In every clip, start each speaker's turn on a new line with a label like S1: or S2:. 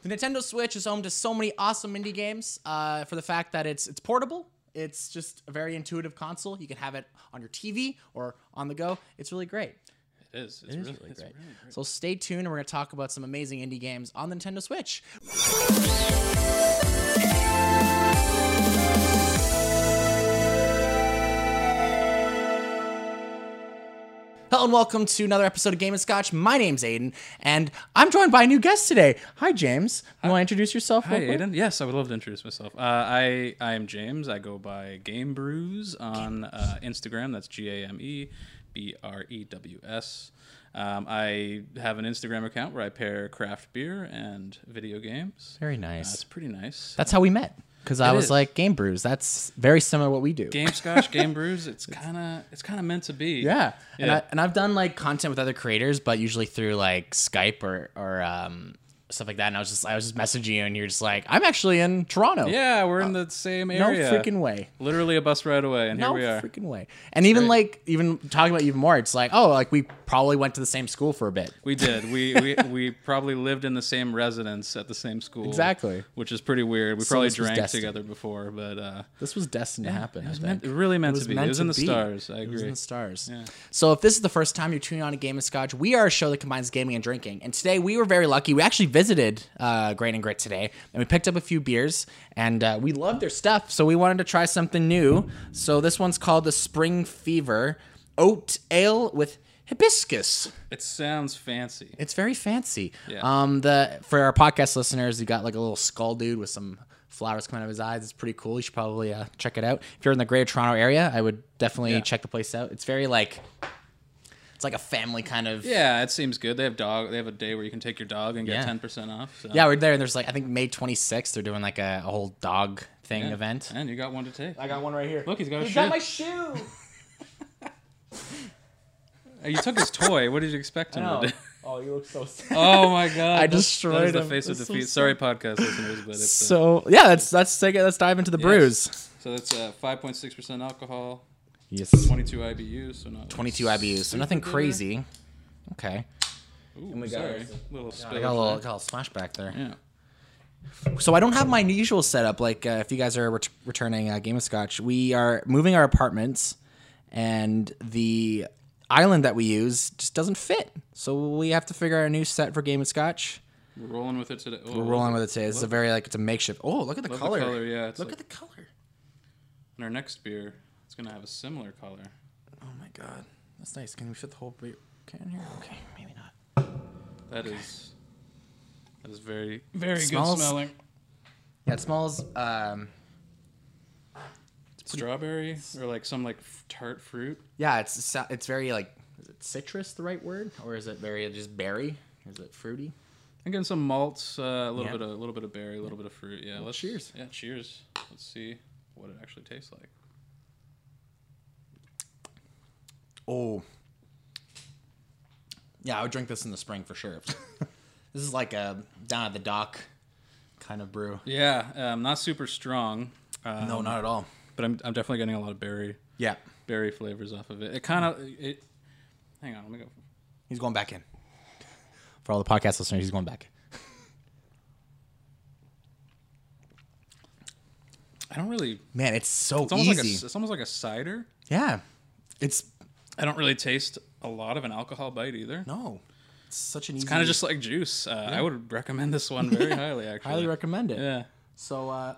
S1: The Nintendo Switch is home to so many awesome indie games uh, for the fact that it's it's portable. It's just a very intuitive console. You can have it on your TV or on the go. It's really great.
S2: It is. It's
S1: It is
S2: really,
S1: really
S2: it's
S1: great.
S2: really
S1: So stay tuned. We're going to talk about some amazing indie games on the Nintendo Switch. Hello and welcome to another episode of Game and Scotch. My name's Aiden, and I'm joined by a new guest today. Hi, James. You want to introduce yourself?
S2: Hi,
S1: real quick?
S2: Aiden. Yes, I would love to introduce myself. Uh, I I am James. I go by Game Brews on uh, Instagram. That's G A M E B R E W S. Um, I have an Instagram account where I pair craft beer and video games.
S1: Very
S2: Uh,
S1: nice.
S2: it's pretty nice.
S1: That's how we met. Because I
S2: It
S1: was
S2: is.
S1: like Game Brews. That's very similar to what we do.
S2: Game Scotch, Game Brews. It's kind of it's kind of meant to be.
S1: Yeah. And,
S2: Yeah.
S1: I, and I've done like content with other creators, but usually through like Skype or, or um, stuff like that. And I was just, I was just messaging you and you're just like, I'm actually in Toronto.
S2: Yeah, we're in the same
S1: Uh, No
S2: area.
S1: freaking way.
S2: Literally a bus ride away, and
S1: No
S2: here we are.
S1: freaking way. And even like, even talking about even more, it's like, oh, like we probably went to the same school for a bit.
S2: We did. We, we we probably lived in the same residence at the same school.
S1: Exactly.
S2: Which is pretty weird. We
S1: So
S2: probably
S1: this was
S2: drank
S1: destined.
S2: together before, but uh,
S1: This was destined to happen.
S2: it
S1: I
S2: was
S1: think.
S2: meant, really meant to be. it was in the
S1: be.
S2: stars. I
S1: It was in
S2: agree.
S1: the stars. So if this is the first time you're tuning on to Game and Scotch, we are a show that combines gaming and drinking. And today we were very lucky. We actually visited uh, Grain and Grit today, and we picked up a few beers, and uh, we loved their stuff. So we wanted to try something new. So this one's called the Spring Fever Oat Ale with hibiscus.
S2: It sounds fancy.
S1: It's very fancy.
S2: Yeah.
S1: Um, the for our podcast listeners, you got like a little skull dude with some flowers coming out of his eyes. It's pretty cool. You should probably uh, check it out. If you're in the Greater Toronto area, I would definitely
S2: Yeah.
S1: check the place out. It's very like it's like a family kind of.
S2: Yeah, it seems good. They have dog. They have a day where you can take your dog and get
S1: Yeah.
S2: ten percent off. So.
S1: Yeah, we're there, and there's like I think May 26th they're doing like a, a whole dog thing event.
S2: And you got one to take.
S1: I got one right here.
S2: Look, Oh, he's got a
S1: He's
S2: shoe.
S1: got my shoe.
S2: Uh, you took his toy. What did you expect him to do?
S1: Oh, you look so sad.
S2: Oh my god!
S1: I
S2: That's- that is
S1: destroyed
S2: the
S1: him.
S2: face of
S1: That's so
S2: defeat. Sorry, podcast listeners, but it's uh,
S1: So yeah, let's let's take it. Let's dive into the brews.
S2: so that's uh, five point six percent alcohol,
S1: Yes.
S2: twenty two IBU. So not
S1: 22 IBUs, so nothing
S2: super bitter.
S1: crazy. Okay.
S2: Ooh,
S1: we got
S2: sorry.
S1: ours.
S2: Little
S1: I
S2: spill.
S1: got a little, got a little smash back there.
S2: Yeah.
S1: So I don't have my usual setup. Like, uh, if you guys are ret- returning uh, Game of Scotch, we are moving our apartments, and the island that we use just doesn't fit. So we have to figure out a new set for Game of Scotch.
S2: We're rolling with it today. Oh,
S1: We're rolling with it today. This is a very like it's a makeshift. Oh, look at the
S2: Love
S1: color!
S2: The color yeah. It's
S1: Look
S2: like,
S1: at the color!
S2: and our next beer, it's gonna have a similar color.
S1: Oh my god, that's nice. Can we fit the whole beer can here? Okay, maybe not.
S2: That is. That is very very
S1: Smells-
S2: good smelling.
S1: Yeah, it smells. Um,
S2: Strawberry or like some like f- tart fruit.
S1: yeah, it's it's very like is it citrus the right word or is it very just berry? Is it fruity?
S2: I'm getting some malts, uh, a little
S1: Yeah.
S2: bit of a little bit of berry, a little bit of fruit. Yeah. let's
S1: cheers.
S2: Yeah, cheers. Let's see what it actually tastes like.
S1: Oh. Yeah, I would drink this in the spring for sure. this is like a down at the dock kind of brew.
S2: Yeah, um, not super strong, uh,
S1: No, not at all.
S2: but I'm I'm definitely getting a lot of berry
S1: Yeah.
S2: berry flavors off of it. It kind of it. Hang on, let me go.
S1: He's going back in. For all the podcast listeners, he's going back.
S2: I don't really.
S1: Man, it's so
S2: It's almost
S1: easy.
S2: like a, it's almost like a cider.
S1: yeah. It's
S2: I don't really taste a lot of an alcohol bite either.
S1: no. It's such an easy
S2: Kind of just like juice. Uh, I would recommend this one very highly. Actually,
S1: highly recommend it.
S2: Yeah,
S1: So uh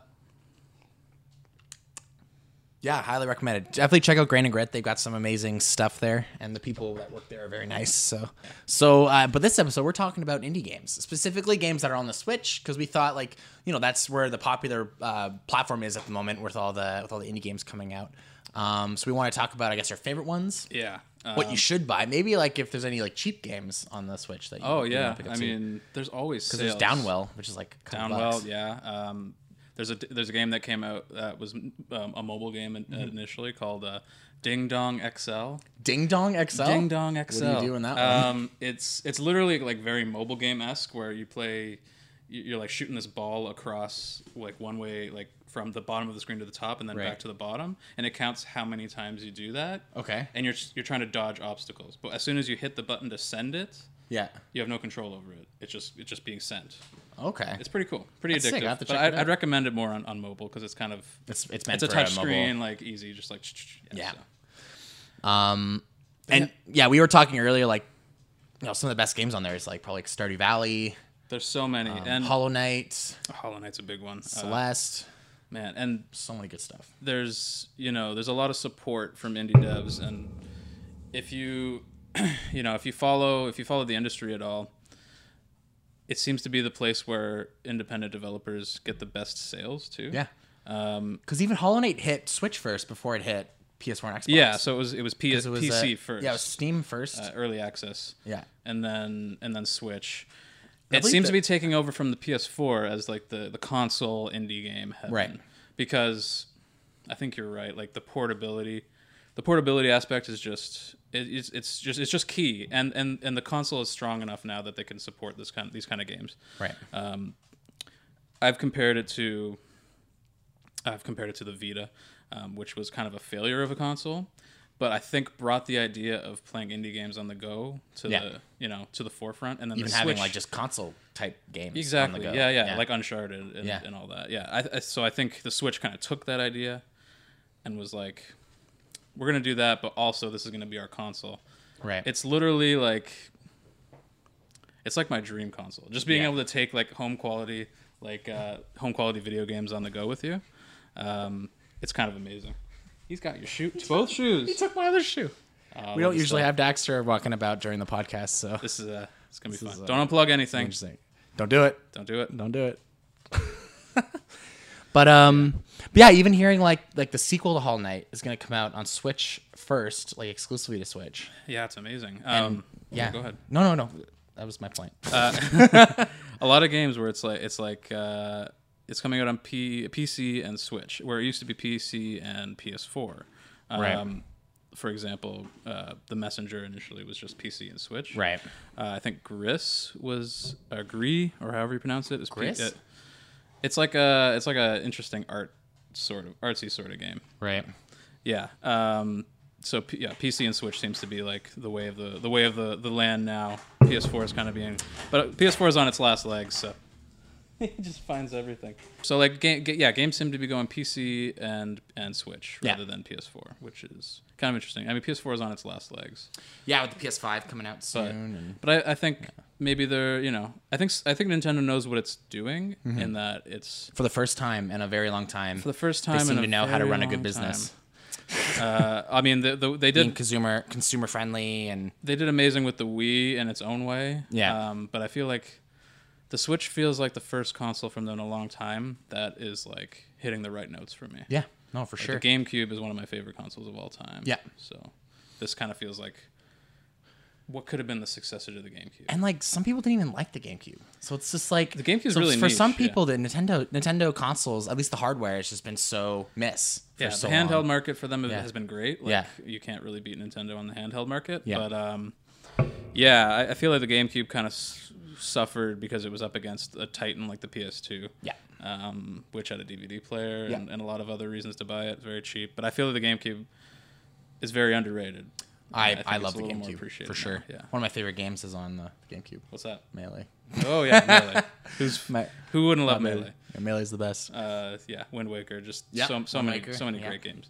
S1: yeah, highly recommended. Definitely check out Grain and Grit. They've got some amazing stuff there, and the people that work there are very nice. So, so, uh, but this episode we're talking about indie games, specifically games that are on the Switch, because we thought like you know that's where the popular uh, platform is at the moment with all the with all the indie games coming out. Um, so we want to talk about I guess our favorite ones,
S2: yeah. Uh,
S1: what you should buy, maybe like if there's any like cheap games on the Switch that you
S2: oh
S1: you
S2: yeah.
S1: wanna pick up
S2: I
S1: too.
S2: mean, there's always
S1: there's
S2: sales.
S1: Downwell, which is like a couple bucks.
S2: Downwell, yeah. Um, there's a there's a game that came out that was um, a mobile game in,
S1: Mm-hmm.
S2: initially called uh, Ding Dong XL.
S1: Ding Dong XL.
S2: Ding Dong XL.
S1: What do you do in that one?
S2: Um, it's it's literally like very mobile game esque where you play, you- you're like shooting this ball across like one way, like from the bottom of the screen to the top, and then
S1: Right.
S2: back to the bottom, and it counts how many times you do that.
S1: Okay.
S2: And you're you're trying to dodge obstacles, but as soon as you hit the button to send it,
S1: Yeah.
S2: you have no control over it. It's just it's just being sent.
S1: Okay.
S2: It's pretty cool, pretty
S1: That's
S2: addictive.
S1: sick. I'll have to
S2: but
S1: check
S2: I'd,
S1: it out.
S2: I'd recommend it more on, on mobile because it's kind of
S1: It's it's meant
S2: it's a
S1: for uh,
S2: touch
S1: mobile.
S2: screen, like easy, just like
S1: Yeah.
S2: so.
S1: Um, and yeah, we were talking earlier, like, you know, some of the best games on there is like probably like Stardew Valley,
S2: There's so many, and
S1: Hollow Knight,
S2: Hollow Knight's a big one, uh,
S1: Celeste,
S2: man. And
S1: so many good stuff.
S2: there's you know there's a lot of support from indie devs and if you you know if you follow if you follow the industry at all it seems to be the place where independent developers get the best sales too
S1: Yeah. Um, because even Hollow Knight hit Switch first before it hit PS4 and Xbox.
S2: yeah so it was it was, P-
S1: 'Cause it was, uh,
S2: pc first
S1: Yeah, it was Steam first.
S2: uh, early access
S1: yeah.
S2: and then and then switch
S1: I
S2: it
S1: believe
S2: seems
S1: that-
S2: to be taking over from the ps4 as like the the console indie game heaven.
S1: Right.
S2: because i think you're right like the portability the portability aspect is just it, it's, it's just it's just key and and and the console is strong enough now that they can support this kind these kind of games
S1: Right.
S2: I've compared it to I've compared it to the Vita, um, which was kind of a failure of a console, but I think brought the idea of playing indie games on the go to
S1: Yeah.
S2: the you know to the forefront, and then
S1: even
S2: the
S1: having
S2: Um, Switch-
S1: like just console type games.
S2: exactly
S1: On the go.
S2: yeah, yeah like Uncharted and,
S1: Yeah.
S2: and all that yeah I, I, so I think the Switch kind of took that idea and was like we're gonna do that, but also this is gonna be our console.
S1: right.
S2: It's literally like it's like my dream console. Just being
S1: Yeah.
S2: able to take like home quality, like uh, home quality video games on the go with you. Um, it's kind of amazing. He's got your shoe, both shoes.
S1: took my other shoe. we
S2: Um,
S1: don't usually have Daxter walking about during the podcast, so
S2: This is uh, it's gonna be
S1: is,
S2: fun.
S1: uh,
S2: Don't unplug anything.
S1: interesting. Don't do it.
S2: Don't do it.
S1: Don't do it. but um, but yeah, even hearing like like the sequel to Hall Knight is gonna come out on Switch first, like exclusively to Switch.
S2: Yeah, it's amazing.
S1: Mm.
S2: Um,
S1: Yeah.
S2: go ahead.
S1: No, no, no. That was my point.
S2: A lot of games where it's like it's like uh, it's coming out on P- PC and Switch, where it used to be PC and PS4. Um,
S1: Right.
S2: For example, uh, the Messenger initially was just PC and Switch.
S1: right.
S2: Uh, I think Gris was uh, Gree or however you pronounce it. It's P-
S1: Gris?
S2: it- it's like a it's like a interesting art sort of artsy sort of game.
S1: Right.
S2: Yeah. Um, so P- yeah, PC and Switch seems to be like the way of the the way of the, the land now. PS4 is kind of being, but PS4 is on its last legs, so it just finds everything. So like game, ga- yeah, games seem to be going PC and and Switch
S1: Yeah.
S2: rather than PS4, which is kind of interesting. I mean, PS4 is on its last legs.
S1: Yeah, with the PS5 coming out soon.
S2: But,
S1: and
S2: but I, I think maybe they're you know I think s- I think Nintendo knows what it's doing
S1: Mm-hmm.
S2: in that it's
S1: for the first time in a very long time,
S2: for the first time
S1: they seem
S2: in a
S1: to know how to
S2: very
S1: run a good
S2: long
S1: business,
S2: time. uh, I mean, the, the, they
S1: being
S2: did
S1: consumer consumer friendly, and
S2: they did amazing with the Wii in its own way.
S1: Yeah.
S2: Um, but I feel like the Switch feels like the first console from them in a long time that is like hitting the right notes for me.
S1: yeah, no, for
S2: Like,
S1: sure.
S2: The GameCube is one of my favorite consoles of all time.
S1: Yeah.
S2: So this kind of feels like what could have been the successor to the GameCube.
S1: and like some people didn't even like the GameCube. So it's just like the
S2: GameCube's
S1: so
S2: really
S1: for some
S2: niche, yeah.
S1: people the Nintendo Nintendo consoles, at least the hardware, has just been so miss. For
S2: yeah,
S1: so
S2: the handheld
S1: long.
S2: market for them
S1: Yeah.
S2: has been great. Like,
S1: Yeah.
S2: you can't really beat Nintendo on the handheld market.
S1: Yeah.
S2: But um, yeah, I, I feel like the GameCube kind of s- suffered because it was up against a titan like the PS2.
S1: Yeah.
S2: Um, which had a DVD player
S1: Yeah.
S2: and, and a lot of other reasons to buy it. It's very cheap. But I feel that the GameCube is very underrated.
S1: I,
S2: And think
S1: I
S2: it's
S1: love
S2: a
S1: the
S2: little more
S1: GameCube
S2: appreciated
S1: for
S2: now.
S1: sure.
S2: Yeah.
S1: One of my favorite games is on the GameCube.
S2: What's that?
S1: Melee.
S2: Oh yeah, Melee. Who's
S1: My-
S2: who wouldn't love
S1: Melee.
S2: Melee?
S1: Yeah, Melee's the best.
S2: Uh, yeah, Wind Waker. Just
S1: Yeah,
S2: so, so
S1: Wind
S2: many
S1: Waker,
S2: so many
S1: yeah.
S2: great games.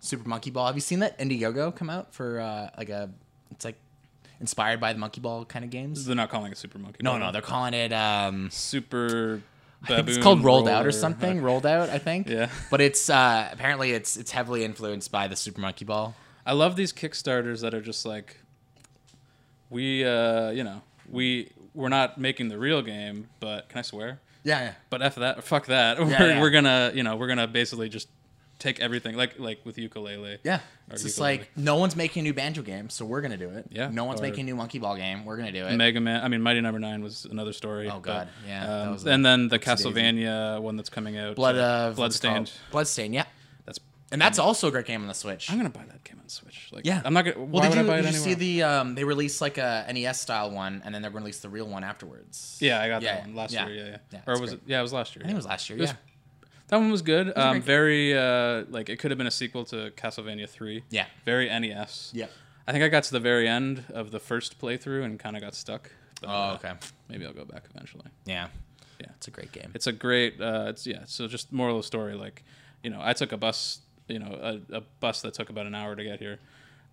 S1: Super Monkey Ball. Have you seen that Indiegogo come out for uh, like a? It's like inspired by the Monkey Ball kind of games.
S2: They're not calling it Super Monkey.
S1: No,
S2: Ball.
S1: no, they're calling it. Um,
S2: Super.
S1: I think it's
S2: Baboon
S1: called Rolled Out
S2: Roller.
S1: or something. Rolled Out, I think.
S2: Yeah.
S1: But it's uh, apparently it's it's heavily influenced by the Super Monkey Ball.
S2: I love these Kickstarters that are just like, we, uh, you know, we we're not making the real game, but can I swear?
S1: Yeah. yeah.
S2: But f that, fuck that. We're,
S1: yeah.
S2: we're gonna, you know, we're gonna basically just take everything, like like with ukulele.
S1: Yeah.
S2: Or
S1: It's just
S2: ukulele.
S1: like no one's making a new banjo game, so we're gonna do it.
S2: Yeah,
S1: No one's
S2: or-
S1: making a new monkey ball game, we're gonna do it.
S2: Mega Man. I mean, Mighty Number Nine was another story.
S1: Oh,
S2: but,
S1: God. Yeah, that
S2: um,
S1: was a
S2: and then the
S1: whoopsie-daisy.
S2: Castlevania one that's coming out.
S1: Blood
S2: uh,
S1: of what's it called?
S2: Bloodstained.
S1: Bloodstain, yeah.
S2: That's.
S1: And that's also a great game on the Switch.
S2: I'm gonna buy that game on Switch. Like,
S1: Yeah.
S2: I'm not gonna.
S1: Well, did
S2: why
S1: you,
S2: would I buy it
S1: did you see
S2: anywhere?
S1: the um, they released like a NES style one, and then they're gonna release the real one afterwards.
S2: Yeah, I got
S1: Yeah,
S2: that one last
S1: yeah.
S2: year. Yeah, yeah.
S1: Yeah,
S2: or
S1: it's
S2: was
S1: great.
S2: it? Yeah, it was last year.
S1: I think it was last year.
S2: It was-
S1: yeah.
S2: That one was good. um,
S1: great
S2: very uh, like it could have been a sequel to Castlevania Three.
S1: Yeah.
S2: Very NES.
S1: Yeah.
S2: I think I got to the very end of the first playthrough and kind of got stuck. But,
S1: Oh,
S2: uh,
S1: okay.
S2: Maybe I'll go back eventually.
S1: Yeah.
S2: Yeah.
S1: It's a great game.
S2: It's a great. Uh, it's yeah. So just moral of the story, like, you know, I took a bus. You know, a, a bus that took about an hour to get here.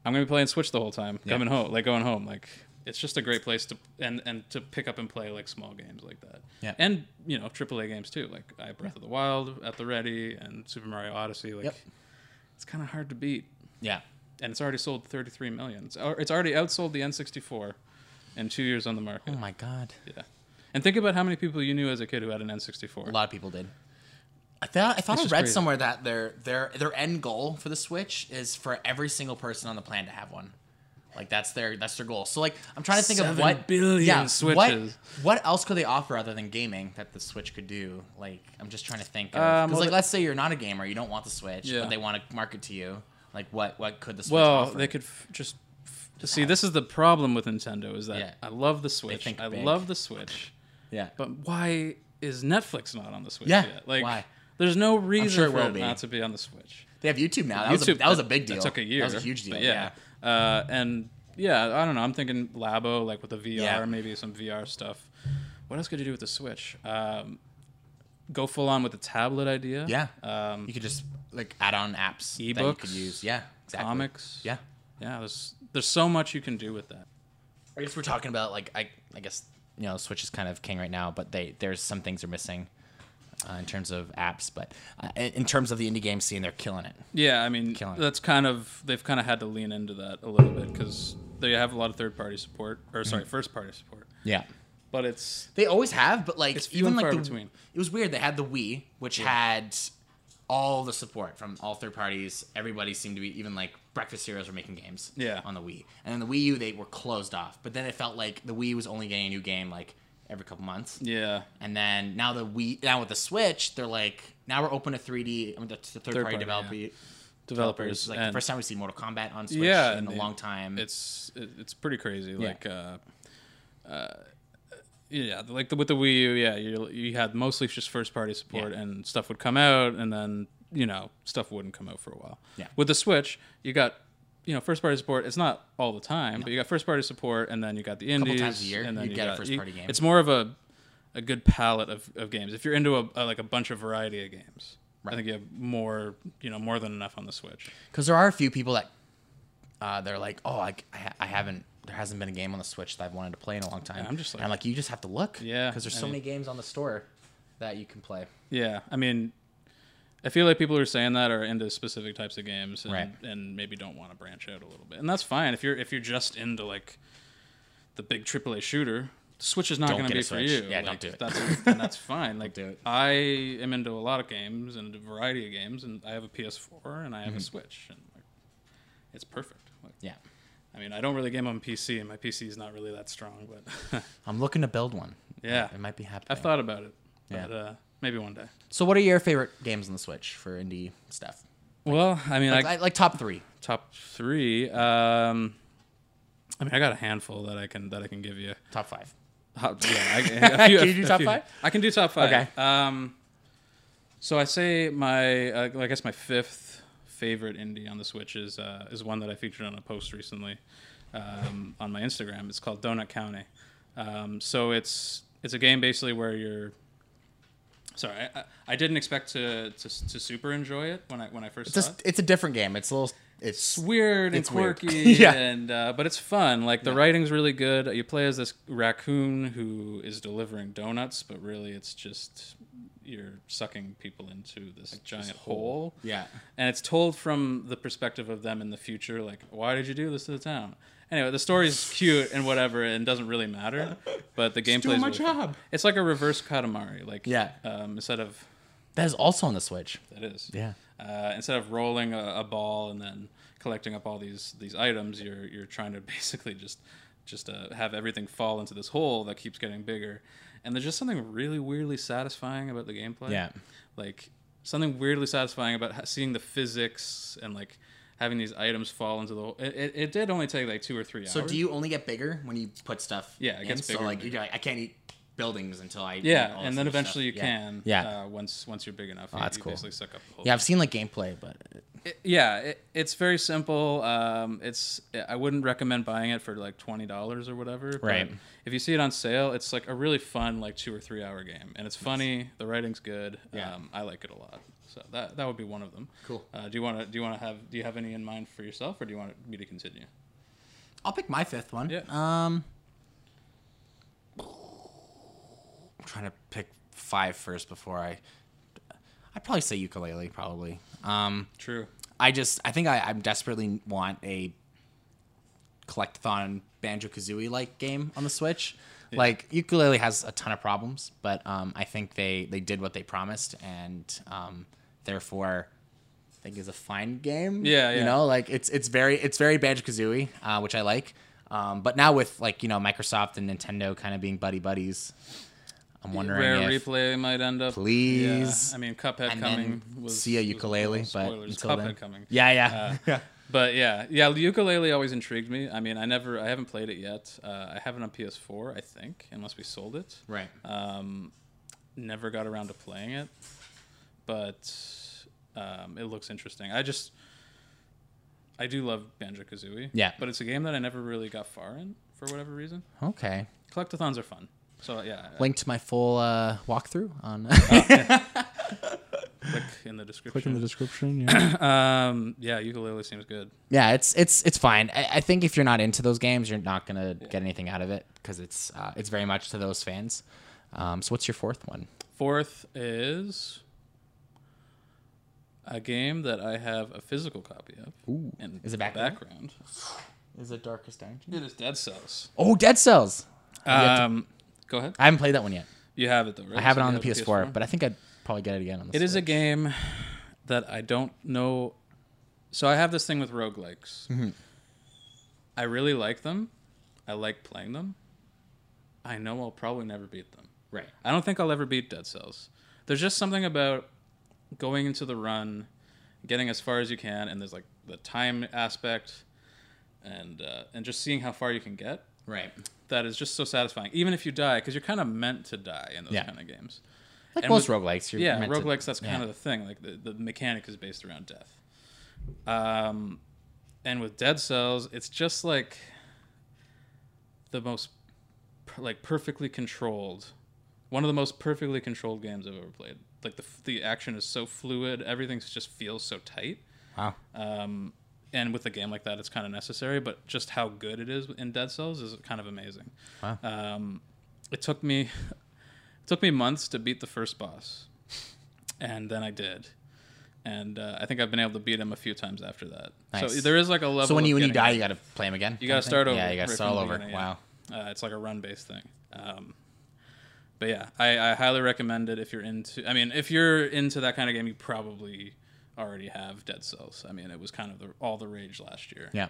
S2: I'm gonna be playing Switch the whole time. Coming home, like going home, like it's just a great place to and and to pick up and play like small games like that.
S1: Yeah.
S2: And you know, AAA games too. Like I have Breath of the Wild at the ready and Super Mario Odyssey. Like,
S1: Yep.
S2: it's kind of hard to beat.
S1: Yeah.
S2: And it's already sold 33 million. It's, al- it's already outsold the N64 in two years on the market.
S1: Oh my god.
S2: Yeah. And think about how many people you knew as a kid who had an N64.
S1: A lot of people did. I thought I thought
S2: It's
S1: I
S2: just
S1: read
S2: crazy.
S1: somewhere that their their their end goal for the Switch is for every single person on the planet to have one. Like that's their that's their goal. So like I'm trying to think of
S2: Seven
S1: what
S2: billion
S1: yeah,
S2: Switches.
S1: What, what else could they offer other than gaming that the Switch could do? Like I'm just trying to think. Because
S2: Um, well,
S1: like
S2: the-
S1: let's say you're not a gamer, you don't want the Switch,
S2: Yeah.
S1: but they want to market to you. Like what what could the Switch
S2: Well,
S1: offer?
S2: they could f- just. f- See, this is the problem with Nintendo is that
S1: Yeah.
S2: I love the Switch.
S1: think
S2: I
S1: big.
S2: love the Switch.
S1: yeah.
S2: But why is Netflix not on the Switch
S1: Yeah,
S2: yet? Like,
S1: why?
S2: there's no reason
S1: sure it
S2: for
S1: will
S2: it
S1: be.
S2: not to be on the Switch.
S1: They have YouTube now. That was a, that was a big deal.
S2: That took a year.
S1: That was a huge deal.
S2: but
S1: yeah.
S2: yeah. Uh, and yeah, I don't know. I'm thinking Labo, like with the VR,
S1: Yeah.
S2: maybe some VR stuff. What else could you do with the Switch? Um, go full on with the tablet idea.
S1: Yeah.
S2: Um,
S1: You could just like add on apps that you
S2: Ebooks,
S1: could use. Yeah. Exactly.
S2: comics.
S1: Yeah.
S2: Yeah. There's there's so much you can do with that.
S1: I guess we're talking about like I I guess you know Switch is kind of king right now, but they there's some things are missing uh, in terms of apps, but uh, in in terms of the indie game scene, they're killing it.
S2: Yeah, I mean,
S1: Killing it.
S2: that's kind of they've kind of had to lean into that a little bit because they have a lot of third party support, or sorry,
S1: Mm.
S2: first party support.
S1: Yeah.
S2: But it's
S1: They always have, but like
S2: It's few
S1: even
S2: and
S1: like
S2: far
S1: the,
S2: between.
S1: it was weird. They had the Wii, which had all the support from all third parties. Everybody seemed to be even like Breakfast Cereals were making games.
S2: Yeah.
S1: On the Wii, and then the Wii U they were closed off. But then it felt like the Wii was only getting a new game like every couple months.
S2: yeah,
S1: And then now the we now with the Switch, they're like now we're open to 3D, I mean, to third, party,
S2: party,
S1: developer,
S2: developers
S1: developers. Like the
S2: and
S1: first time we see Mortal Kombat on Switch
S2: Yeah,
S1: in
S2: and
S1: a
S2: it-
S1: long time.
S2: it's it- it's pretty crazy. Like uh, uh, yeah, like the, with the Wii U, yeah, you you had mostly just first party support,
S1: Yeah.
S2: and stuff would come out, and then you know stuff wouldn't come out for a while.
S1: Yeah.
S2: With the Switch, you got. You know, first party support. It's not all the time, but you got first party support, and then you got the indies,
S1: times a year,
S2: and then
S1: you'd
S2: you
S1: get a
S2: got- you-
S1: first-party game.
S2: It's more of a a good palette of, of games. If you're into a, a like a bunch of variety of games, I think you have more you know more than enough on the Switch.
S1: Because there are a few people that uh, they're like, oh, I, I, ha- I haven't. There hasn't been a game on the Switch that I've wanted to play in a long time.
S2: I'm just like-
S1: And I'm like, you just have to look.
S2: Yeah,
S1: Because there's so
S2: I-
S1: many games on the store that you can play.
S2: Yeah, I mean, I feel like people who are saying that are into specific types of games, and,
S1: Right.
S2: and maybe don't want to branch out a little bit, and that's fine. If you're if you're just into like the big AAA shooter, Switch is not
S1: Don't
S2: going to
S1: get
S2: be
S1: a
S2: for
S1: Switch.
S2: you.
S1: Yeah, don't
S2: Like,
S1: do it.
S2: That's and that's fine. Like
S1: do it.
S2: I am into a lot of games and a variety of games, and I have a PS4 and I
S1: Mm-hmm.
S2: have a Switch, and like, it's perfect. Like,
S1: Yeah.
S2: I mean, I don't really game on PC, and my PC is not really that strong, but
S1: I'm looking to build one.
S2: yeah,
S1: It might be happening.
S2: I've thought about it,
S1: Yeah.
S2: but uh, maybe one day.
S1: so, what are your favorite games on the Switch for indie stuff?
S2: Well, I mean,
S1: Like,
S2: I,
S1: like, top three.
S2: top three. Um, I mean, I got a handful that I can that I can give you.
S1: Top five.
S2: Top, yeah, I, a few-
S1: Can you do
S2: a
S1: top
S2: few.
S1: five?
S2: I can do top five.
S1: Okay.
S2: Um, so I say my uh, I guess my fifth favorite indie on the Switch is uh, is one that I featured on a post recently um, on my Instagram. It's called Donut County. Um, so it's it's a game basically where you're Sorry, I, I- I didn't expect to, to to super enjoy it when I when I first
S1: It's,
S2: saw it
S1: just, it's a different game. It's a little. It's
S2: it's weird and
S1: It's weird.
S2: quirky
S1: Yeah.
S2: and uh, but it's fun like the writing's really good you play as this raccoon who is delivering donuts but really it's just you're sucking people into this giant hole
S1: Yeah.
S2: and it's told from the perspective of them in the future like why did you do this to the town anyway the story's cute and whatever and doesn't really matter but the gameplay
S1: my job.
S2: it's like a reverse katamari like
S1: Yeah.
S2: um, instead of
S1: That is also on the Switch.
S2: that is
S1: Yeah.
S2: uh, instead of rolling a, a ball and then collecting up all these these items, you're you're trying to basically just just uh, have everything fall into this hole that keeps getting bigger. And there's just something really weirdly satisfying about the gameplay.
S1: Yeah.
S2: like something weirdly satisfying about ha- seeing the physics and like having these items fall into the hole. It, it, it did only take like two or three hours.
S1: So do you only get bigger when you put stuff?
S2: Yeah, it
S1: in?
S2: gets
S1: So
S2: bigger
S1: like
S2: and
S1: you're like I can't eat buildings until I eat
S2: yeah,
S1: all this
S2: and then
S1: other
S2: eventually
S1: stuff.
S2: you
S1: Yeah.
S2: can.
S1: Yeah.
S2: Uh, once once you're big enough, you,
S1: that's
S2: you
S1: cool.
S2: basically suck up the whole
S1: Yeah, I've seen like gameplay, but
S2: it- yeah, it, it's very simple. Um, it's I wouldn't recommend buying it for like twenty dollars or whatever. but
S1: Right.
S2: If you see it on sale, it's like a really fun like two or three hour game, and it's funny. The writing's good.
S1: Yeah.
S2: Um, I like it a lot. So that that would be one of them.
S1: Cool.
S2: Uh, do you want to do you want to have do you have any in mind for yourself, or do you want me to continue?
S1: I'll pick my fifth one.
S2: Yeah.
S1: Um, I'm trying to pick five first before I. I'd probably say ukulele, probably. Um,
S2: True.
S1: I just, I think I, I desperately want a collectathon Banjo Kazooie like game on the Switch. Like ukulele has a ton of problems, but um, I think they they did what they promised, and um, therefore, I think is a fine game.
S2: Yeah, yeah.
S1: You know, like it's it's very it's very Banjo Kazooie, uh, which I like. Um, but now with like you know Microsoft and Nintendo kind of being buddy buddies, I'm wondering
S2: Rare
S1: if
S2: replay might end up.
S1: Please.
S2: Yeah. I mean, Cuphead
S1: and
S2: coming.
S1: then
S2: was,
S1: see a
S2: was-
S1: ukulele,
S2: well,
S1: but
S2: spoilers,
S1: until
S2: Cuphead
S1: then,
S2: coming. Uh,
S1: yeah, yeah, yeah.
S2: But yeah, yeah, the ukulele always intrigued me. I mean, I never, I haven't played it yet. Uh, I have it on PS4, I think, unless we sold it.
S1: right.
S2: Um, never got around to playing it, but um, it looks interesting. I just, I do love Banjo Kazooie.
S1: Yeah.
S2: But it's a game that I never really got far in for whatever reason.
S1: okay.
S2: Collectathons are fun. So yeah,
S1: link to my full uh, walkthrough on
S2: click in the description.
S1: description. Yeah.
S2: um, yeah, ukulele seems good.
S1: it's it's it's fine. I, I think if you're not into those games, you're not gonna get anything out of it because it's uh, it's very much to those fans. Um, so what's your fourth one?
S2: Fourth is a game that I have a physical copy of.
S1: Ooh.
S2: in
S1: Is it
S2: the
S1: Background?
S2: background?
S1: Is it Darkest Dungeon?
S2: It is Dead Cells.
S1: Oh, Dead Cells. have to-
S2: Um, go ahead.
S1: I haven't played that one yet.
S2: You have it though, right?
S1: I have
S2: So
S1: it
S2: you
S1: on the PS4, but I think I'd probably get it again on the.
S2: it is a
S1: Switch.
S2: game that I don't know. So I have this thing with roguelikes.
S1: Mm-hmm.
S2: I really like them. I like playing them. I know I'll probably never beat them.
S1: right?
S2: I don't think I'll ever beat Dead Cells. There's just something about going into the run, getting as far as you can, and there's like the time aspect, and uh, and just seeing how far you can get.
S1: Right.
S2: That is just so satisfying, even if you die, because you're kind of meant to die in those
S1: Yeah.
S2: kind of games.
S1: Like
S2: And
S1: most
S2: with-
S1: roguelikes, you're
S2: Yeah,
S1: meant to-
S2: roguelikes. That's
S1: yeah.
S2: kind of the thing. Like the, the mechanic is based around death. Um, and with Dead Cells, it's just like the most per- like perfectly controlled, one of the most perfectly controlled games I've ever played. Like the f- the action is so fluid. Everything just feels so tight.
S1: wow.
S2: Um, and with a game like that, it's kind of necessary. But just how good it is in Dead Cells is kind of amazing.
S1: Wow.
S2: Um, it took me it took me months to beat the first boss, and then I did. And uh, I think I've been able to beat him a few times after that. So
S1: Nice.
S2: there is like a level.
S1: So when
S2: of
S1: you when you
S2: getting
S1: die, you gotta play them again.
S2: you
S1: kinda
S2: gotta
S1: thing?
S2: start over.
S1: Yeah, you gotta
S2: right
S1: start
S2: from the
S1: all over.
S2: beginning, yeah.
S1: Wow.
S2: Uh, it's like a run based thing. Um, but yeah, I, I highly recommend it if you're into. I mean, if you're into that kind of game, you probably already have Dead Cells. I mean, it was kind of the, all the rage last year.
S1: Yeah.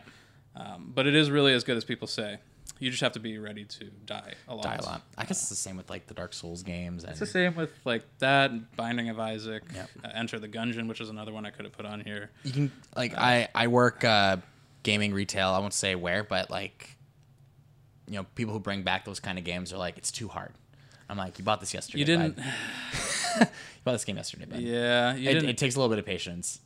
S2: Um, but it is really as good as people say. You just have to be ready to die a lot.
S1: Die a lot. I guess it's the same with like the Dark Souls games and
S2: It's the same with like that and Binding of Isaac,
S1: Yep.
S2: uh, Enter the Gungeon, which is another one I could have put on here.
S1: you can like I I work uh, gaming retail. I won't say where, but like you know, people who bring back those kind of games are like, it's too hard. I'm like, you bought this yesterday.
S2: You didn't.
S1: bud. You bought this game yesterday, bud.
S2: Yeah, you
S1: It,
S2: didn't.
S1: it takes a little bit of patience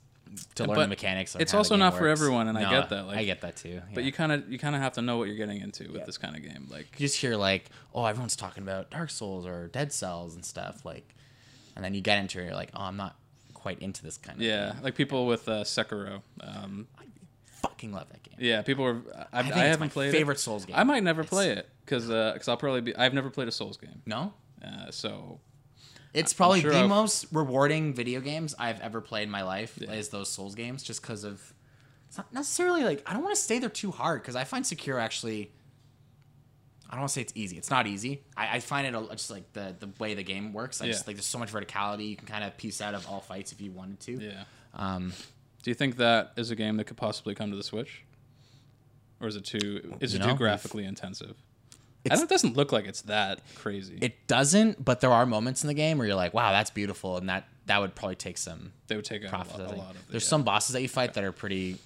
S1: to learn
S2: But
S1: the mechanics. Of
S2: it's
S1: how the
S2: also
S1: game
S2: not for
S1: works.
S2: everyone, and I
S1: No,
S2: get that, like-
S1: I get that too.
S2: but
S1: yeah.
S2: you kind of you kind of have to know what you're getting into with this kind of game. Like
S1: you just hear like, oh, everyone's talking about Dark Souls or Dead Cells and stuff, like, and then you get into it, you're like, oh, I'm not quite into this kind of.
S2: Yeah, like people with uh, Sekiro. Um,
S1: fucking love that game.
S2: yeah, people were. I, I,
S1: think it's
S2: haven't
S1: my
S2: played
S1: favorite
S2: it.
S1: Souls game.
S2: I might never play it because I'll probably be. I've never played a Souls game,
S1: No,
S2: uh, so
S1: It's probably
S2: sure
S1: the
S2: I've-
S1: most rewarding video games I've ever played in my life is those Souls games just because of it's not necessarily like I don't want to say they're too hard because I find Secure actually I don't want to say it's easy. It's not easy. I, I find it a, just like the the way the game works. I
S2: Yeah.
S1: just like there's so much verticality. You can kind of piece out of all fights if you wanted to.
S2: yeah.
S1: Um,
S2: Do you think that is a game that could possibly come to the Switch, or is it too? Is
S1: You
S2: it
S1: know,
S2: too
S1: if-
S2: graphically intensive? I
S1: It's-
S2: don't, it doesn't look like it's that crazy.
S1: it doesn't, but there are moments in the game where you're like, wow, that's beautiful, and that that would probably take some
S2: they would take out a lot, a
S1: profit. I think.
S2: lot of. The,
S1: there's
S2: yeah.
S1: some bosses that you fight that are pretty.